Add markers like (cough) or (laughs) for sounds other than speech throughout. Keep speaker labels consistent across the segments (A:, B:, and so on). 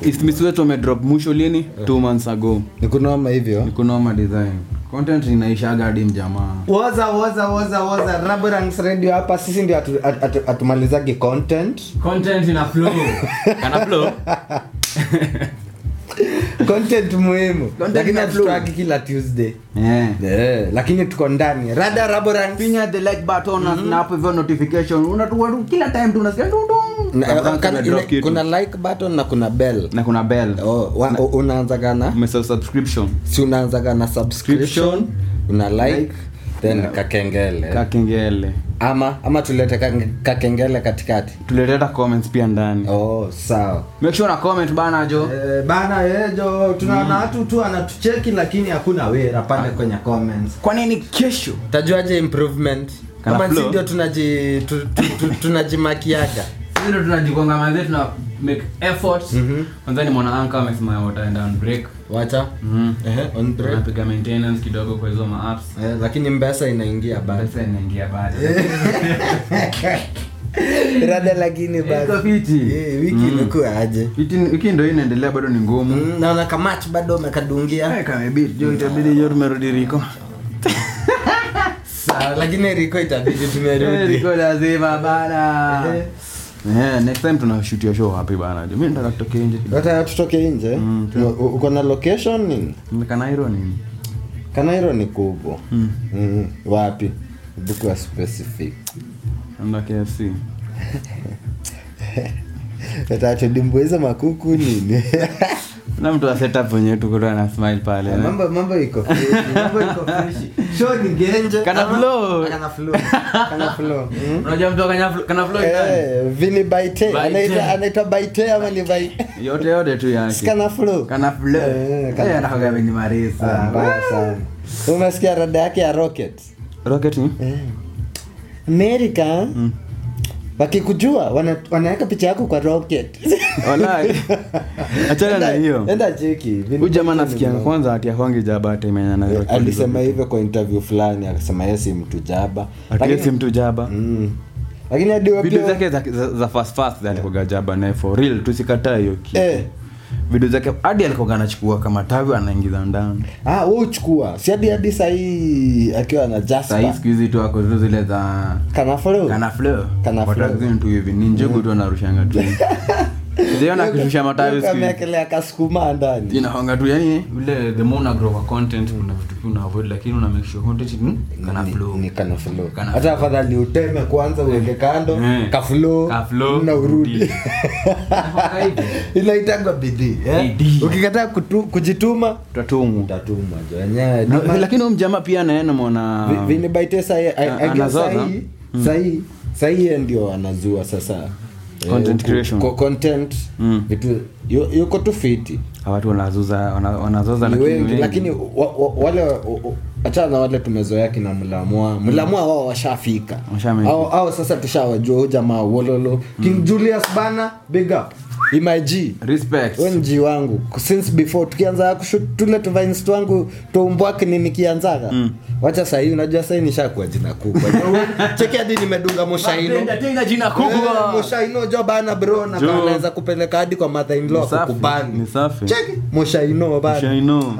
A: ismisuwetu amedrop mwisho lini
B: Eh.
A: two months ago
B: nikunoma hivyo
A: nikunoma design content inaishaga hadi mjamaa
B: woza woza woza woza raborangs radio hapa sisi ndio hatu- hatu- hatu- hatumalizagi content
C: content ina
B: (laughs)
C: flow
A: Kana flow?
B: content muhimu
A: Content
B: lakini
A: na flow.
B: hatutoagi kila tuesday
A: Eh.
B: Eh, lakini tuko ndani rada raborangs
A: finya the like button
B: Mhm.
A: na snap hivyo notification unatuwa tu kila time tunasikia dum dum
B: Na- uh,
A: Raborangs
B: kan-
A: amedrop
B: ile-
A: kitu.
B: kuna like button na kuna bell
A: na kuna bell
B: oh, wa- u- unaanzaga na
A: umesa subscription
B: si unaanzaga na subscription una like,
A: Like.
B: then
A: Yeah.
B: kakengele
A: kakengele
B: ama ama tulete kake- kakengele katikati
A: tuleteta comments pia ndani
B: oh sawa
A: make sure na comment bana jo
B: Eh, bana yejo tunaona watu tu anatucheki lakini hakuna wera pale kwenye comments
A: kwa nini kesho
B: tajuaje improvement
A: Kana
B: kama si
A: flow?
B: ndio tunaji tu- tu- tu- tunajimakiaga
C: sisi ndo tunajikonga manze tuna make effort
B: Mhm.
C: kwanza ni mwana anka amesimama wataenda on break
B: wacha Ehe, on break.
C: tunapiga maintenance kidogo kwa hizo ma apps
B: Eh, lakini mbesa inaingia bado
C: pesa inaingia baada
B: (laughs) Eh. rada lakini bado
A: Iko fiti.
B: Eh, wiki ilikuwa aje
A: Wiki- wiki ndo hii inaendelea bado ni ngumu
B: Mm, naona kamach bado umekadungia
A: Eh, kamebidi. jo itabidi jo tumerudi riko
B: sawa lakini riko itabidi
A: Eh,
B: tumerudi
A: riko lazima bana Eh, next time tunashutia show wapi bana jo mi nataka tutoke nje
B: hata tutoke nje U- u- uko na location nini
A: mekanairo nini
B: kanairo ni kubwa mm. wapi bukuwa specific
A: anda kfc
B: tatudimbuiza makuku nini
A: na mtu wa setup wenyewe tukuta na smile pale eh.
B: mambo mambo iko freshi, mambo iko freshi. show ni genje
A: Kana
B: ama-
A: flow.
B: kana flow kana flow Mm.
C: unajua mtu akanya- kana flow ndani
B: Eh, vili baite
C: Baite.
B: anaitwa anaitwa baite ama ni bai
A: yote yote tu yake
B: sikana flow
A: kana flo
B: Eh, kana
A: Eh, anataka
B: flow. Ah,
A: kunimaliza.
B: mbaya sana umesikia rada yake ya rocket
A: rocket ni
B: Eh. amerika
A: Mm.
B: wakikujua wana- wanaweka picha yako kwa rocket (laughs)
A: Walai. achana na
B: Enda-
A: hiyo
B: enda cheki Vili
A: huyu jamaa
B: Baite ni
A: nasikia
B: mnoma.
A: kwanza ati akwangi jaba atemenya na
B: Eh,
A: rocket.
B: alisema hivyo kwa interview fulani akasema yeye si mtu jaba
A: Ati yeye si mtu jaba
B: Mm. lakini hadi wewe
A: video
B: pia-
A: zake za, za, za fast fast za alikoga jaba naye for real tusikataa hiyo kitu
B: Eh.
A: video zake hadi alikoga anachukua kama tawi anaingiza ndani
B: ah wewe uchukua si hadi hadi sahii akiwa na
A: sahii
B: Jasper
A: siku hizi tu ako tu zile za
B: kana follow
A: kana flo
B: Oh. Kana flow.
A: watazini tu hivi ni njugu tu anarushanga
B: (laughs)
A: tu ziona akishusha matawi siku hizi.
B: ameekelea kasukuma ndani
A: inahonga tu yani
C: vile the more una grow kwa content kuna vitu pia una avoid lakini una make sure content ni kana
B: Ni-
C: flow
B: ni kana flow
C: Kana
B: hata afadhali uteme kwanza uweke kando
C: Eh.
B: kaflow
C: Ka flow,
B: na urudi (laughs)
C: urudi. Inakuwanga hivyo.
B: inaitangwa bidii eh?
C: Bidii.
B: ukikataa kutu- kujituma
A: tutatumwa
B: utatumwa jo wenyewe
A: Na- lakini huyu mjamaa pia naena mwana
B: Vi- vinibaite
A: anazoza?
B: sahii
C: mm.
B: sahii sahii yeye ndio anazua sasa eh,
A: Content creation.
B: ku- ku- content
A: Mm.
B: vitu yu- yuko tu fiti
A: Hawa Ah, watu wanazuza wana- wanazoza
B: ni
A: lakini
B: wengi
A: wengi.
B: lakini wa, wa, wale hachana na wale tumezoea kina mlamwa
A: Mm.
B: mlamwa wao washafika
A: Washamefika.
B: au, au sasa tushawajua huu jamaa wololo
A: Mm.
B: king julius bana big up img
A: respect
B: we mji wangu since before tukianza kushoot tule tuvines twangu toumbwake ni nikianzaga
A: Mm.
B: wacha sahii unajua sahii nishakuwa jina
A: (laughs)
B: kubwa cheki hadi nimedunga moshaino
C: Tenda, tenda jina
B: Eh,
C: kubwa
B: moshaino jo bana bro na
A: Jo.
B: anaweza kupeleka hadi kwa mother in law
A: Ni safi,
B: kukubani
A: ni safi.
B: cheki moshaino bana
A: shaino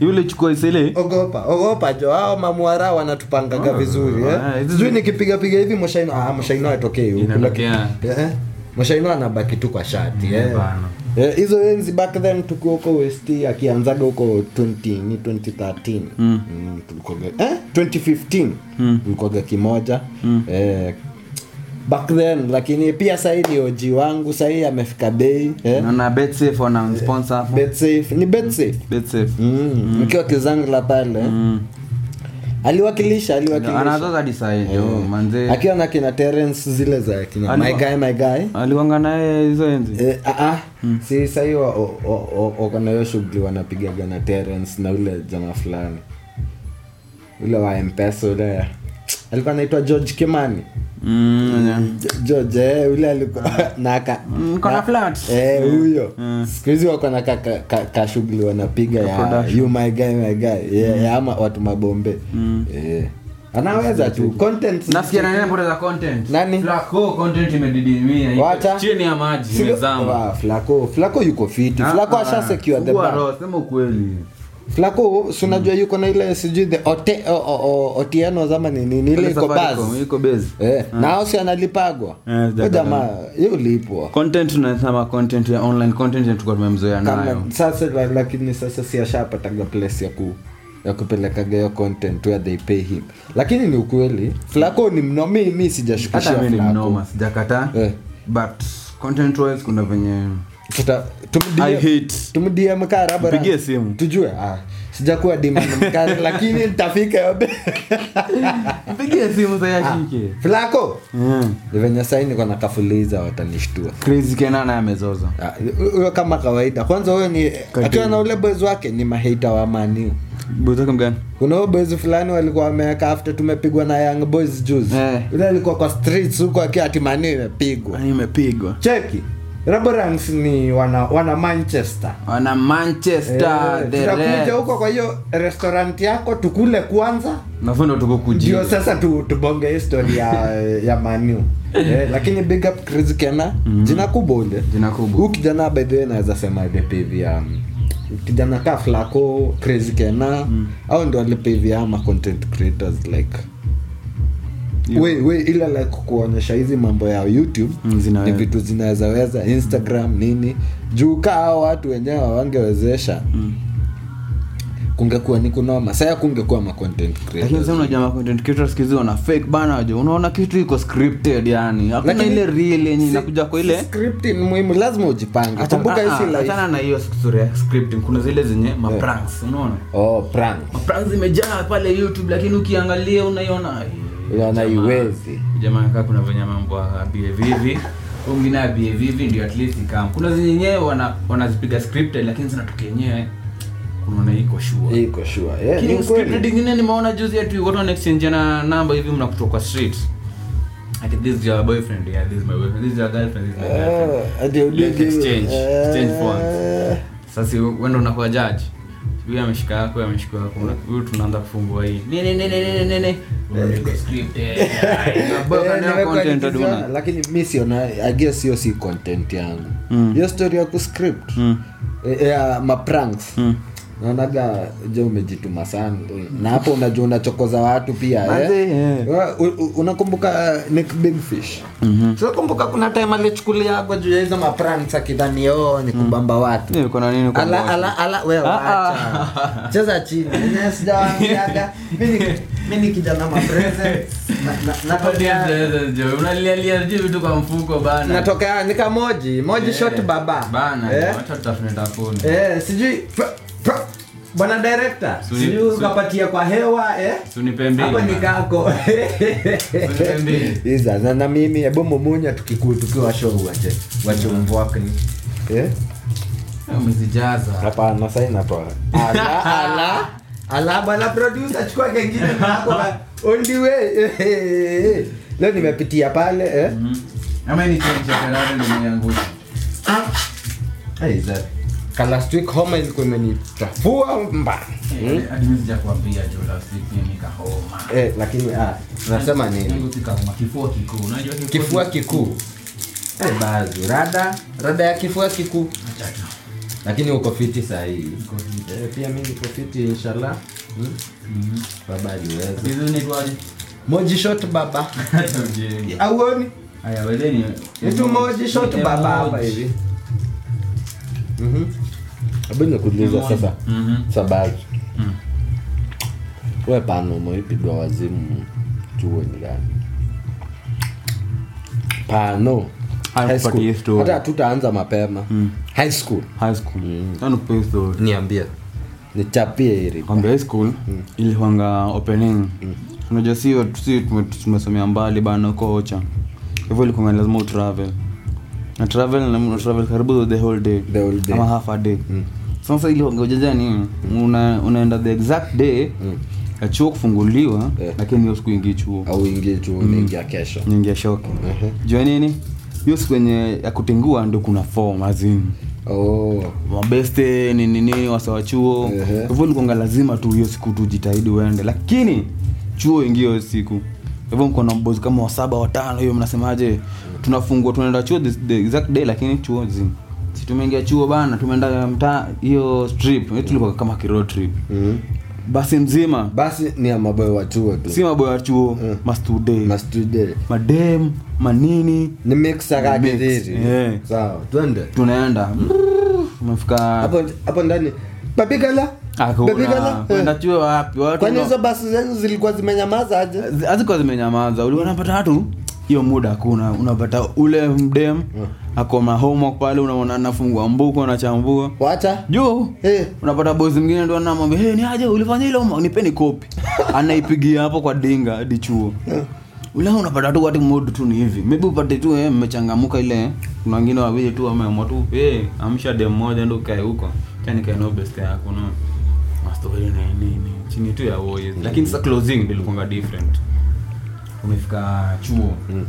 A: yule chukua isele
B: ogopa ogopa jo hao mamuara wanatupangaga vizuri eh?
A: ah, hizi-
B: sijui nikipigapiga hivi moshaino ah, moshaino atokei huku lakini
C: Inatokea.
B: Eh, moshaino anabaki tu kwa shati eh.
C: bana.
B: Eh, hizo enzi back then tukiwa huko west akianzaga huko 20 ni 2013 mm. Mm, tulikuwaga eh, 2015 mm. tulikuwaga kimoja eh, back then lakini pia sahii ni oji wangu sahii amefika bei eh.
A: naona bet safe wana sponsor hapo
B: betsafe ni betsafe
A: bet safe
B: mm. mkiwa kizangla pale
A: Mm.
B: aliwakilisha aliwakilisha
A: anazoza hadi saa hii, jo
B: Eh,
A: manze
B: akiwa na kina Terence zile za kina
A: Aliwa-
B: my guy my guy
A: aliwanga naye hizo enzi
B: Eh, ah, ah.
A: Mm.
B: si sahii wakanayo shughuli wanapigaga na Terence na ule jamaa fulani ule wa mpesa ule alikuwa anaitwa george kimani
A: Mm, yeah.
B: Jo- george eh, ule
A: (laughs)
B: alikuwa na aka
A: Mm, kona
B: na-
A: flat. Mm.
B: eh, huyo siku hizi wako na ka, ka, ka, ka shughuli wanapiga ya
A: production. Mm.
B: you my guy my guy yeah, ama watu mabombe eh. anaweza tu content
C: nasikia nani anapoteza content
B: Nani?
C: Flacco, content imedidimia iko
B: Wacha.
C: chini ya maji
B: Silo-
C: imezama
B: Ah, Flacco- Flacco yuko fiti
A: Ah,
B: flako asha secure the
A: Fungua
B: bag
A: roho, sema ukweli
B: flako si unajua
A: Hmm.
B: yuko na ile sijui the ote, o, o, o, otieno zama ni nini ile
A: Pale
B: iko
A: Safaricom,
B: buzz
A: iko base
B: eh, na au si analipagwa
A: Eh, sijapata.
B: Huyo jamaa hiyo ulipwa
A: content tunasema content ya online content ya tulikuwa tumemzoea nayo
B: kama sasa la- lakini sasa si ashapataga place ya ku ya kupelekaga hiyo content where they pay him lakini ni ukweli flako ni mno mi, mi sijashukisha
A: hata mimi ni
B: Flacco.
A: mnoma sijakataa
B: Eh.
A: but content wise kuna venye
B: Tuta- tumdm-
A: I hate.
B: tumdm karabara.
A: Mpigie
B: (laughs)
A: simu.
B: tujue ah, sijakuwa demand
A: (laughs)
B: mkali lakini nitafika yote
A: mpigie simu zayashike
B: (laughs) flako Ni venye sai niko na kafuliza watanishtua
A: crazy kena naye amezoza
B: Ah, huyo kama kawaida kwanza huyo ni akiwa na ule boys wake ni maheita wa maniu
A: buzaka mgani
B: kuna huyo boys fulani walikuwa wameweka after tumepigwa na young boys juzi
A: Eh.
B: ule alikuwa kwa streets huko akiwa ati maniu imepigwa
A: imepigwa
B: cheki Raborangs ni wana, wana manchester
A: wana manchester
B: Eh,
A: the
B: tutakuja
A: Reds.
B: huko kwa hiyo restaurant yako tukule kwanza
A: Na fundo tuko kujia.
B: ndio sasa tu, tubonge history ya,
A: (laughs)
B: ya manu eh, lakini big up Chris Kena jina kubwa ule
A: Mhm. Jina kubwa.
B: huu kijana by the way naweza sema alipavia um, kijana ka Flacco Chris Kena
A: Mhm.
B: au ndio alipavia ama content creators like
A: Yeah.
B: we, we ile like kuonyesha hizi mambo ya youtube
A: Mm, zinaweza.
B: ni vitu zinawezaweza instagram nini juu kaa hao watu wenyewe wangewezesha
A: Mm.
B: kungekuwa ni kunoma saya kungekuwa ma content
A: lakini
B: creators
A: sasa unajua ma content creators siku hizi wana fake bana jo unaona kitu iko scripted yani hakuna
B: Lakini-
A: ile real yenye
B: Si-
A: inakuja kwa ile
B: script ni muhimu lazima ujipange
A: Achana-
B: kumbuka
A: ah, ah,
B: hisi life
A: achana na hiyo story ya scripting kuna zile zenye mapranks unaona
B: oh prank
C: Pranks zimejaa pale youtube lakini ukiangalia unaiona
B: unaona iwezi
C: jamaa kaa kuna venye mambo abiev hivi huyu mwingine abiev hivi ndio at least ikam kuna zenyewe wana- wanazipiga scripted lakini zinatoka yenyewe kunaona iko shua
B: iko sure yeah, Eh, ni
C: lakini scripted
B: kweli
C: ingine nimeona juzi yetu watu wanaexchange na namba hivi mnakutoka kwa street ati this is your boyfriend yeah this is my boyfriend this is your girlfriend this is my girlfriend
B: Eh, ati udigi-
C: Let's exchange.
B: eh,
C: Exchange
B: Ah.
C: phones. sasa wendo unakuwa jaji huyu ameshika yako huyu ameshika yako Una- huyu tunaanza kufungua hii nini nini nini nini Unapigwa script,
B: (laughs)
C: eh,
B: Eh,
C: baba, na
B: nimekuwa
A: content
B: nikiziona,
A: aduna.
B: lakini mi siona I guess hiyo si content yangu
A: Mm.
B: hiyo story ya kuscript eh, ya mapranks
A: Mm.
B: naonaga je umejituma sana na hapo unajua unachokoza watu pia eh?
A: Manze, eh.
B: Wa- u- u- unakumbuka uh, Nick Big Fish
A: Mhm.
B: sinakumbuka kuna time alichukuliagwa juu ya hizo mapranks akidhani oo ni kubamba watu
A: Eh, kuna nini kwa
B: ala
A: mboga?
B: ala ala wewe acha cheza
C: (laughs)
B: chini Mimi sijawaambiaga. Mimi ni- mimi ni kijana ma presents. Na- na-
C: Hapa ndio
B: natokea-
C: tunaanza, Joe. Unalialia sijui vitu kwa mfuko bana
B: natokea nika moji moji
C: Eh,
B: shot baba
C: bana
B: Eh,
C: wacha tutafune tafune
B: eh, sijui fa- fa- bwana director
C: Suni-
B: sijui
C: suni-
B: ukapatia kwa hewa eh?
C: Usunipe mbili,
B: Hapa ni
C: bana.
B: kako
C: (laughs) Usinipe mbili.
B: Iza, na- na mimi hebu mumunya tukikuu tukiwa show wache wache mvwakni eh?
C: umezijaza
B: hapana sai natoa ala ala ala bwana producer chukua kengine nako only way Eh, eh, eh. leo nimepitia pale eh?
C: Mm-hmm. ama ni change ya karate ndio nimeangusha
B: Ah. Hey, that- Last week homa ilikuwa imenichafua mba Hmm?
C: Eh, hadi mimi sijakwambia Joe, last week mimi nikahoma
B: eh, lakini ah, nasema nini
C: Yangu kikahoma, kifua kikuu unajua kifua
B: kifua kikuu eh, bazu rada rada ya kifua kikuu
C: Acha.
B: lakini uko fiti sahii eh, pia mi niko fiti inshallah hmm?
C: Mhm.
B: baba aliweza
C: Hizo (laughs) inaitwaje?
B: moji shot baba
C: Hata ujengi.
B: auoni
C: Haya, wedeni.
B: mtu moji shot
C: Emoji.
B: baba hapa hivi abu nikuuliza
C: Emoji.
B: sasa
C: Mhm.
B: sabaji
C: Mm.
B: we pano umeipigwa wazimu chuo ni gani pano
A: Haya,
B: High school.
A: tupatie story.
B: hata tutaanza mapema high school
A: high school Sasa nikupee story.
B: niambie nichapie hili
A: kwamba high school
B: Mm.
A: ilihwanga opening unajua si si tume- tumesomea mbali bana huko ocha hivyo ilikuwa lazima utravel na travel na na travel karibu the whole day
B: The whole day. Mm.
A: ama half a day sasa ili wangeojaja ni una, unaenda the exact day ya chuo kufunguliwa
B: Mm. Eh.
A: lakini hiyo siku ingii chuo
B: au ingie chuo unaingia kesho
A: nyingia shoki
B: Ehe.
A: jua nini hiyo siku yenye ya kutingua ndio kuna form azini
B: oh.
A: mabeste nini nini wasawa chuo
B: Ehe.
A: hivyo likuanga lazima tu hiyo siku tujitahidi uende lakini chuo ingie hiyo siku hivyo mko na boys kama wasaba watano hiyo mnasemaje tunafungua tunaenda chuo this, the exact day lakini chuo zi si tumeingia chuo bana tumeenda mtaa hiyo strip Yetu tulikuwa kama kiro trip
B: Mhm.
A: basi mzima
B: basi ni ya maboy wa chuo tu
A: si maboya chuo
B: Mm.
A: mastudei
B: mastude
A: madem manini
B: ni mixa
A: Ni mix,
B: kakidhiri
A: eh.
B: sawa twende
A: tunaenda umefika
B: Mm. hapo hapo ndani papigala
A: akuna Ah, kwenda chuo wapi watu
B: Eh. kwani
A: ndo-
B: hizo basi zenu zilikuwa zimenyamaza aje
A: hazikuwa zimenyamaza ulikuwa unapata watu hiyo muda hakuna unapata ule mdem akoma homework pale unaona anafungua mbuko anachambua
B: wacha
A: juu
B: Eh.
A: unapata bozi mwingine ndo anamwambia hey, ni aje ulifanya ile homework? nipeni kopi anaipigia hapo kwa dinga hadi chuo ula unapata tu watu mood tu ni hivi maybe upate tu eh, mmechangamuka ile kuna wengine wawili tu wameamua tu hey, amsha dem moja ndo kae huko cha nikae na best yako no mastori na nini chini tu ya voice lakini sasa closing ndio ilikuwa different umefika chuo
B: Hmm.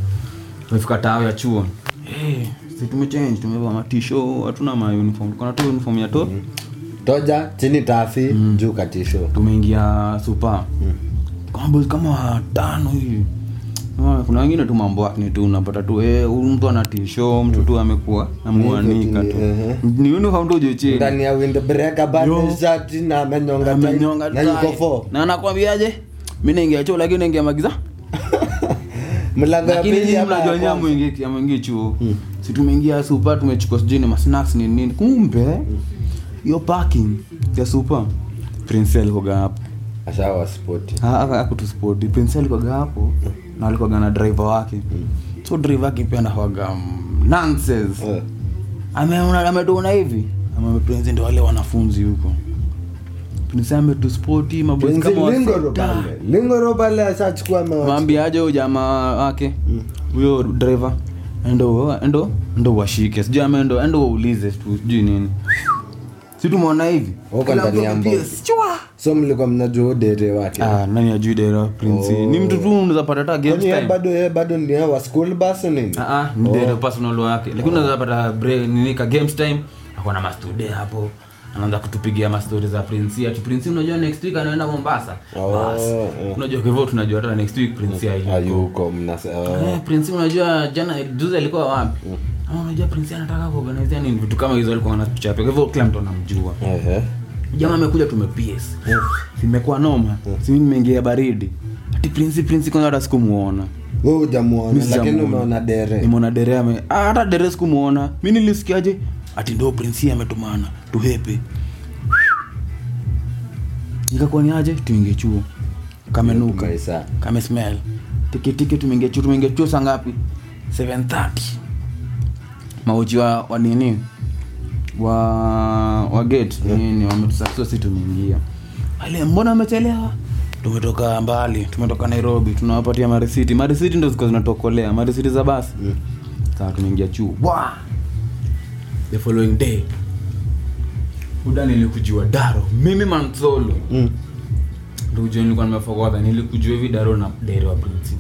A: umefika tao ya chuo hey, si tumechange tumevaa matisho hatuna ma uniform tuko na tu uniform ya to
B: toja chini tafi
A: Hmm.
B: juu katisho Hmm.
A: tumeingia supa kambo kama watano hivi Ah, kuna wengine tu mambo yake ni tu unapata tu eh, huyu mtu ana tisho mtu tu amekuwa amuanika tu
B: Ehe.
A: ni uniform tu juu chini
B: ndani ya windbreka
A: Yo.
B: bado shati na amenyonga tai,
A: Amenyonga
B: na
A: tai.
B: yuko fo
A: na anakwambiaje mi naingia chuo lakini naingia magiza
B: mlango ya
A: lakini
B: pili
A: nyinyi
B: ama ya
A: mnajua
B: kwanza? Hmm.
A: nyinyi amwingi chuo si tumeingia supa tumechukua sijui ni masnacks ni nini kumbe hiyo parking ya supa prince alikoga hapo
B: ashawa spoti
A: Ha- ha- hakutuspoti prince alikoga hapo na alikoga na driver wake so driver wake pia anakuwaga mm, nonsense
B: Eh.
A: ameona ametuona hivi ama prince ndio wale wanafunzi huko prince ametuspoti maboys kama Ah. wa-
B: lingoro
A: Da.
B: pale lingoro pale ashachukua mawachi
A: mwambia aje huyo jamaa wake
B: Hmm.
A: huyo driver endo endo ndo washike sijui ama endo endo waulize tu sijui nini si tumeona hivi
B: Wako
A: Kila mtu
B: ndani ya
A: amepiga
B: mbogi.
A: chwa.
B: so mlikuwa mnajua dere wake
A: Ah, nani ajui dera prince
B: Oh.
A: ni mtu tu unaweza pata hata games
B: kwani yeye
A: time
B: bado yeye bado ni yeye wa school bus nini
C: Ah, ah,
B: Oh.
C: ni data personal wake lakini unaweza pata break- nini ka games time akuwa na mastude hapo anaanza kutupigia mastori za prince ati prince unajua next week anaenda mombasa
B: Oh,
C: Bas.
B: oh. Mm,
C: unajua kwa hivyo tunajua hata next week prince hayuko
B: ayuko Oh, mna oh.
C: Eh, prince unajua jana juzi alikuwa wapi
B: Mm.
C: ama unajua prince anataka kuorganize nini vitu kama hizo alikuwa anapicha kwa hivyo kila mtu anamjua
B: ehe
C: jamaa amekuja tumeps
A: simekuwa noma
B: Mm.
A: simi nimeingia baridi ati prince prince kwanza hata sikumuona
B: wewe hujamuona
A: Mimi
B: lakini
A: sijamuona.
B: umeona dere
A: nimeona dere ame ah, hata dere sikumuona mi nilisikiaje ati ndo prinsi ametumana tuhepe nikakuwa ni aje tuingie chuo kamenuka
B: Kaisa.
A: kame smell tikitiki tumeingia chuo tumeingia chuo saa ngapi 7:30 mauji wa, wa nini wa wa gate nini wametusakso si tumeingia ale mbona amechelewa tumetoka mbali tumetoka nairobi tunawapatia marisiti marisiti ndo zilikuwa zinatokolea marisiti za basi sawa tumeingia chuo Wah! the following day uda nilikujua daro mimi mansolo
B: Mm.
C: ndujo nilikuwa nimefokodha nilikujua hivi daro na dero wa prince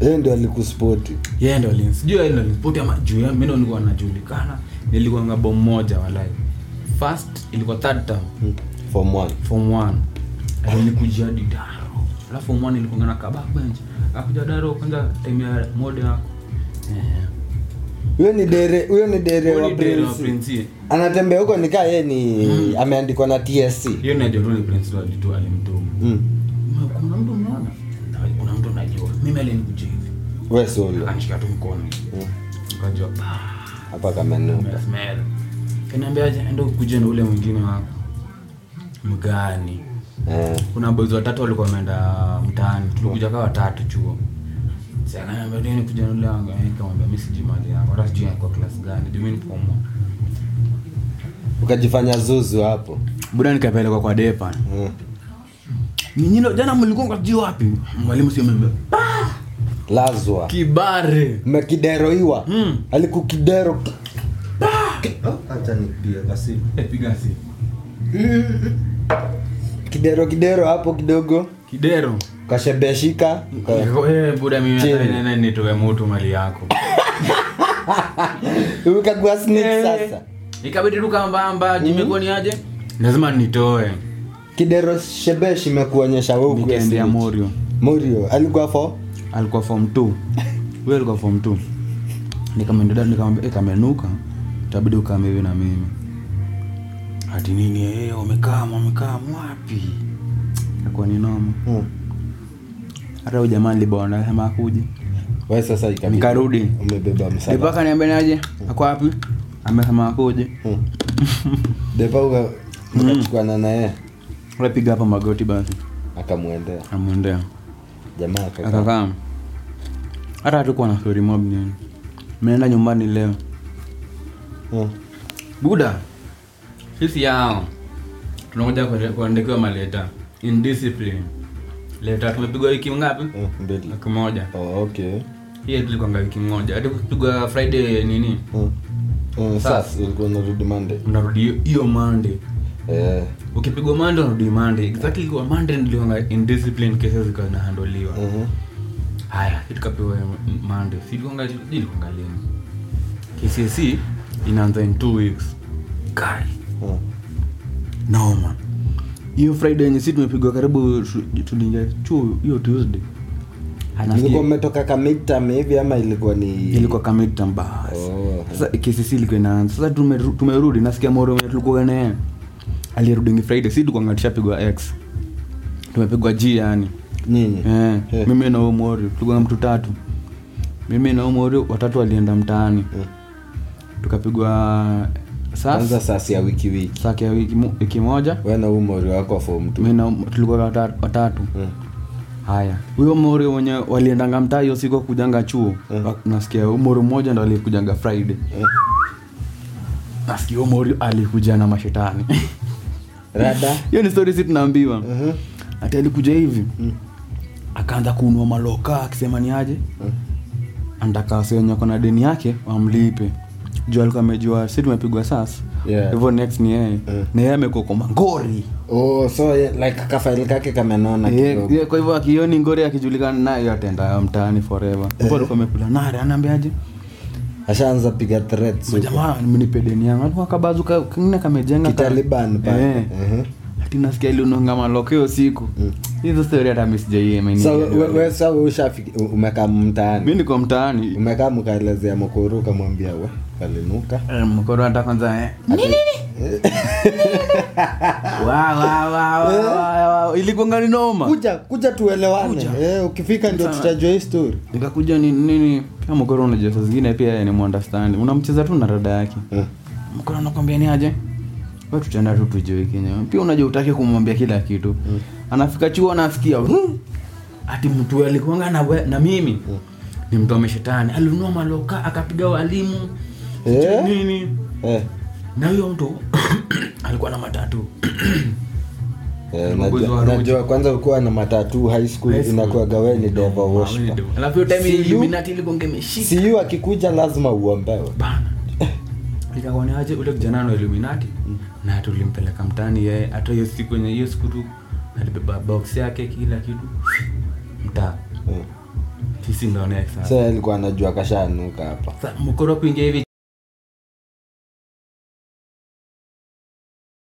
B: yeye ndio alikuspoti
C: yeye ndo alins- sijui yeye ndo alinipoti ama juu ya mimi ndo nilikuwa najulikana nilikuwa ngabo moja walai first ilikuwa third term
B: Mm. form 1
C: form 1 alinikuja hadi daro alafu form 1 ilikuwa na kababench akuja daro kwanza time ya mode yako eh
B: huyo ni dere huyo ni dere
C: Huyo
B: wa
C: ni dere wa
B: prince
C: Prince. Mm.
B: anatembea huko nikaa yeye ni ameandikwa na TSC
C: hiyo ni ajoruni prince ndo alitua alimtuma
B: mm.
C: Ma- kuna mtu mnaona kuna mtu najua mimi alinikuja hivi
B: wewe solo
C: akanishika tu mkono nikajua "Ah."
B: hapa kama neno
C: kaniambiaje ndo kuja na ule mwingine wako mgani
B: eh
C: kuna boys watatu walikuwa wameenda mtaani tulikuja kaa watatu chuo Sasa akaniambia, "Ndio, nikuja na ule wangu." Eh, nikamwambia, "Mimi sijui mahali yangu hata sijui kwa class gani juu mimi ni form one."
B: ukajifanya zuzu hapo
A: buda nikapelekwa kwa depa
B: mm.
A: ninyilo jana mlikuwa kwa sijui wapi mwalimu si amembeba
B: lazwa
C: kibare
B: mkideroiwa
C: Mm.
B: alikukidero Hmm. Ah, acha nipie basi
C: Eh, piga si
B: kidero kidero hapo kidogo
C: kidero
B: kashebeshika
C: Eh, buda mimi hata
B: Chini.
C: nene nitoe mutu mali yako
B: ukagua snake
C: Eh,
B: sasa
C: ikabidi tu kambamba jimekuwa ni aje lazima nitoe
B: kidero shebesh imekuonyesha wewe ukiwa
A: nikaendea
B: snitch.
A: morio
B: morio alikuwa fo
A: alikuwa form t huyo alikuwa form t nikamendeda nikamwambia "Eh, kamenuka itabidi ukame hivi na mimi hati nini eh, wamekaa wamekaa wapi akuwa ni noma Hmm. hata huyu jamaa nilibona sema akuje
B: we sasa ikabidi-
A: Nikarudi.
B: umebeba msalaba
A: dipaka niambia naje ako wapi amesema akuje (laughs)
B: Mm. depa uka-
A: Hmm.
B: ukachukuana naye
A: unapiga hapa magoti basi
B: akamwendea
A: amwendea
B: jamaa akakaa
A: akakaa hata hatukuwa na story mob nini meenda nyumbani leo
B: Mm.
A: buda
C: sisi yao tunakuja kuende- kuandikiwa maleta indiscipline leta tumepigwa wiki ngapi
B: Mm, mbili
C: wiki moja
B: Oh, okay
C: hiyo tulikwanga wiki moja hadi kupigwa friday nini
B: Mm. Mm,
C: Sasa.
B: sasa ilikuwa narudi monday
C: unarudi hiyo- hiyo monday
B: eh
C: ukipigwa monday unarudi monday exactly ilikuwa monday ndiliwanga indiscipline cases zikawa zinahandoliwa
B: mhm.
C: haya si tukapewa mande silikonga lini
A: E
C: kcc inaanza in two weeks kai
A: Ah.
B: Mm.
A: noma hiyo friday yenye si tumepigwa karibu tu- tuliingia chuo hiyo tuesday
B: ilikuwa
A: anasikia
B: mmetoka ka midterm hivi ama ilikuwa ni
A: ilikuwa kamita mbasi
B: Oh.
A: sasa kcc E ilikuwa inaanza sasa tumeru- tumerudi nasikia moro wenye tulikuwa naye alirudi ngi friday si tukwanga tushapigwa x tumepigwa g yani
B: nyinyi
A: Eh,
B: Eh.
A: mimi na huyo mori tulikuwa na mtu tatu mimi na huyo mori watatu walienda mtaani
B: Mm.
A: tukapigwa
B: kwanza
A: sasa
B: sasi ya wiki wiki
A: saki ya wiki mo- wiki moja
B: we na umori wako form tu
A: mimi na tulikuwa wata- watatu
B: Mm.
A: haya huyo mori wenye waliendanga mtaa hiyo siku kujanga chuo
B: Eh.
A: wa- nasikia huyo mori mmoja ndo alikujanga friday nasikia huyo mori alikuja na mashetani
B: rada
A: (laughs) hiyo ni story si tunaambiwa ati alikuja hivi
B: Mm.
A: akaanza kunua maloka akisema ni aje
B: Mm.
A: anataka wasewenye wako na deni yake wamlipe juu alikuwa amejua si tumepigwa sasa
B: Yeah. Mm.
A: hivyo next ni yeye na yeye amekuwa kwa mangori
B: oh, so yeah, like kafaili kake kamenona
A: Ye-
B: kidogo.
A: ye- kwa hivyo akioni ngori akijulikana nayo atenda mtaani forever
B: Eh.
A: hivyo alikuwa amekula nare anaambiaje
B: ashaanza piga threats huko.
A: jamaa mnipe deni yangu alikuwa kabazu ka- kingine kamejenga ka-
B: Kitaliban pale.
A: Eh.
B: Mhm.
A: ati nasikia iliononga malokeo siku hizo story hata misijaiemi
B: So, we- we- so we ushafiki- u- umekaa mtaani
A: mi niko mtaani
B: umekaa mkaelezea mkuru ukamwambia we walinuka
A: Eh, mkoro hata kwanza eh. Wa, wa, wa, wa, wa, wa. ilikuwanga ni noma
B: kuja kuja tuelewane eh, ukifika ndio tutajua hii story
A: ikakuja ni nini pia mkoro unajua saa zingine pia yeye ni muunderstand unamcheza tu na dada yake
B: Mm.
A: mkono nakwambia ni aje we tutaenda tu tujue kenyewe pia unajua utake kumwambia kila kitu anafika chuo anasikia "Hmm, ati mtu alikuanga na, we- na mimi ni mtu ameshetani alinunua maloka akapiga walimu
B: Eh?
A: nini
B: eh,
C: na huyo mtu (coughs) alikuwa na
B: (coughs)
C: matatu
B: eh,
C: Ubaguzi
B: najua-
C: wa rangi.
B: najua kwanza ukiwa na matatu high school Mm, inakuwa gaweni deva worshiper
C: alafu hiyo time
B: See you.
C: Illuminati ilikuwa imeshika
B: siu akikuja lazima uombewe
C: (coughs)
B: (coughs)
C: bana ikakoneaje ule kijana na illuminati
B: Mm.
C: na tulimpeleka mtaani yeye hata hiyo siku yenye hiyo siku tu alibeba box yake kila kitu (coughs) mtaa
B: Mm.
C: sisi ndo next
B: Ah. so alikuwa anajua kashanuka hapa
C: mkoro kuingia hivi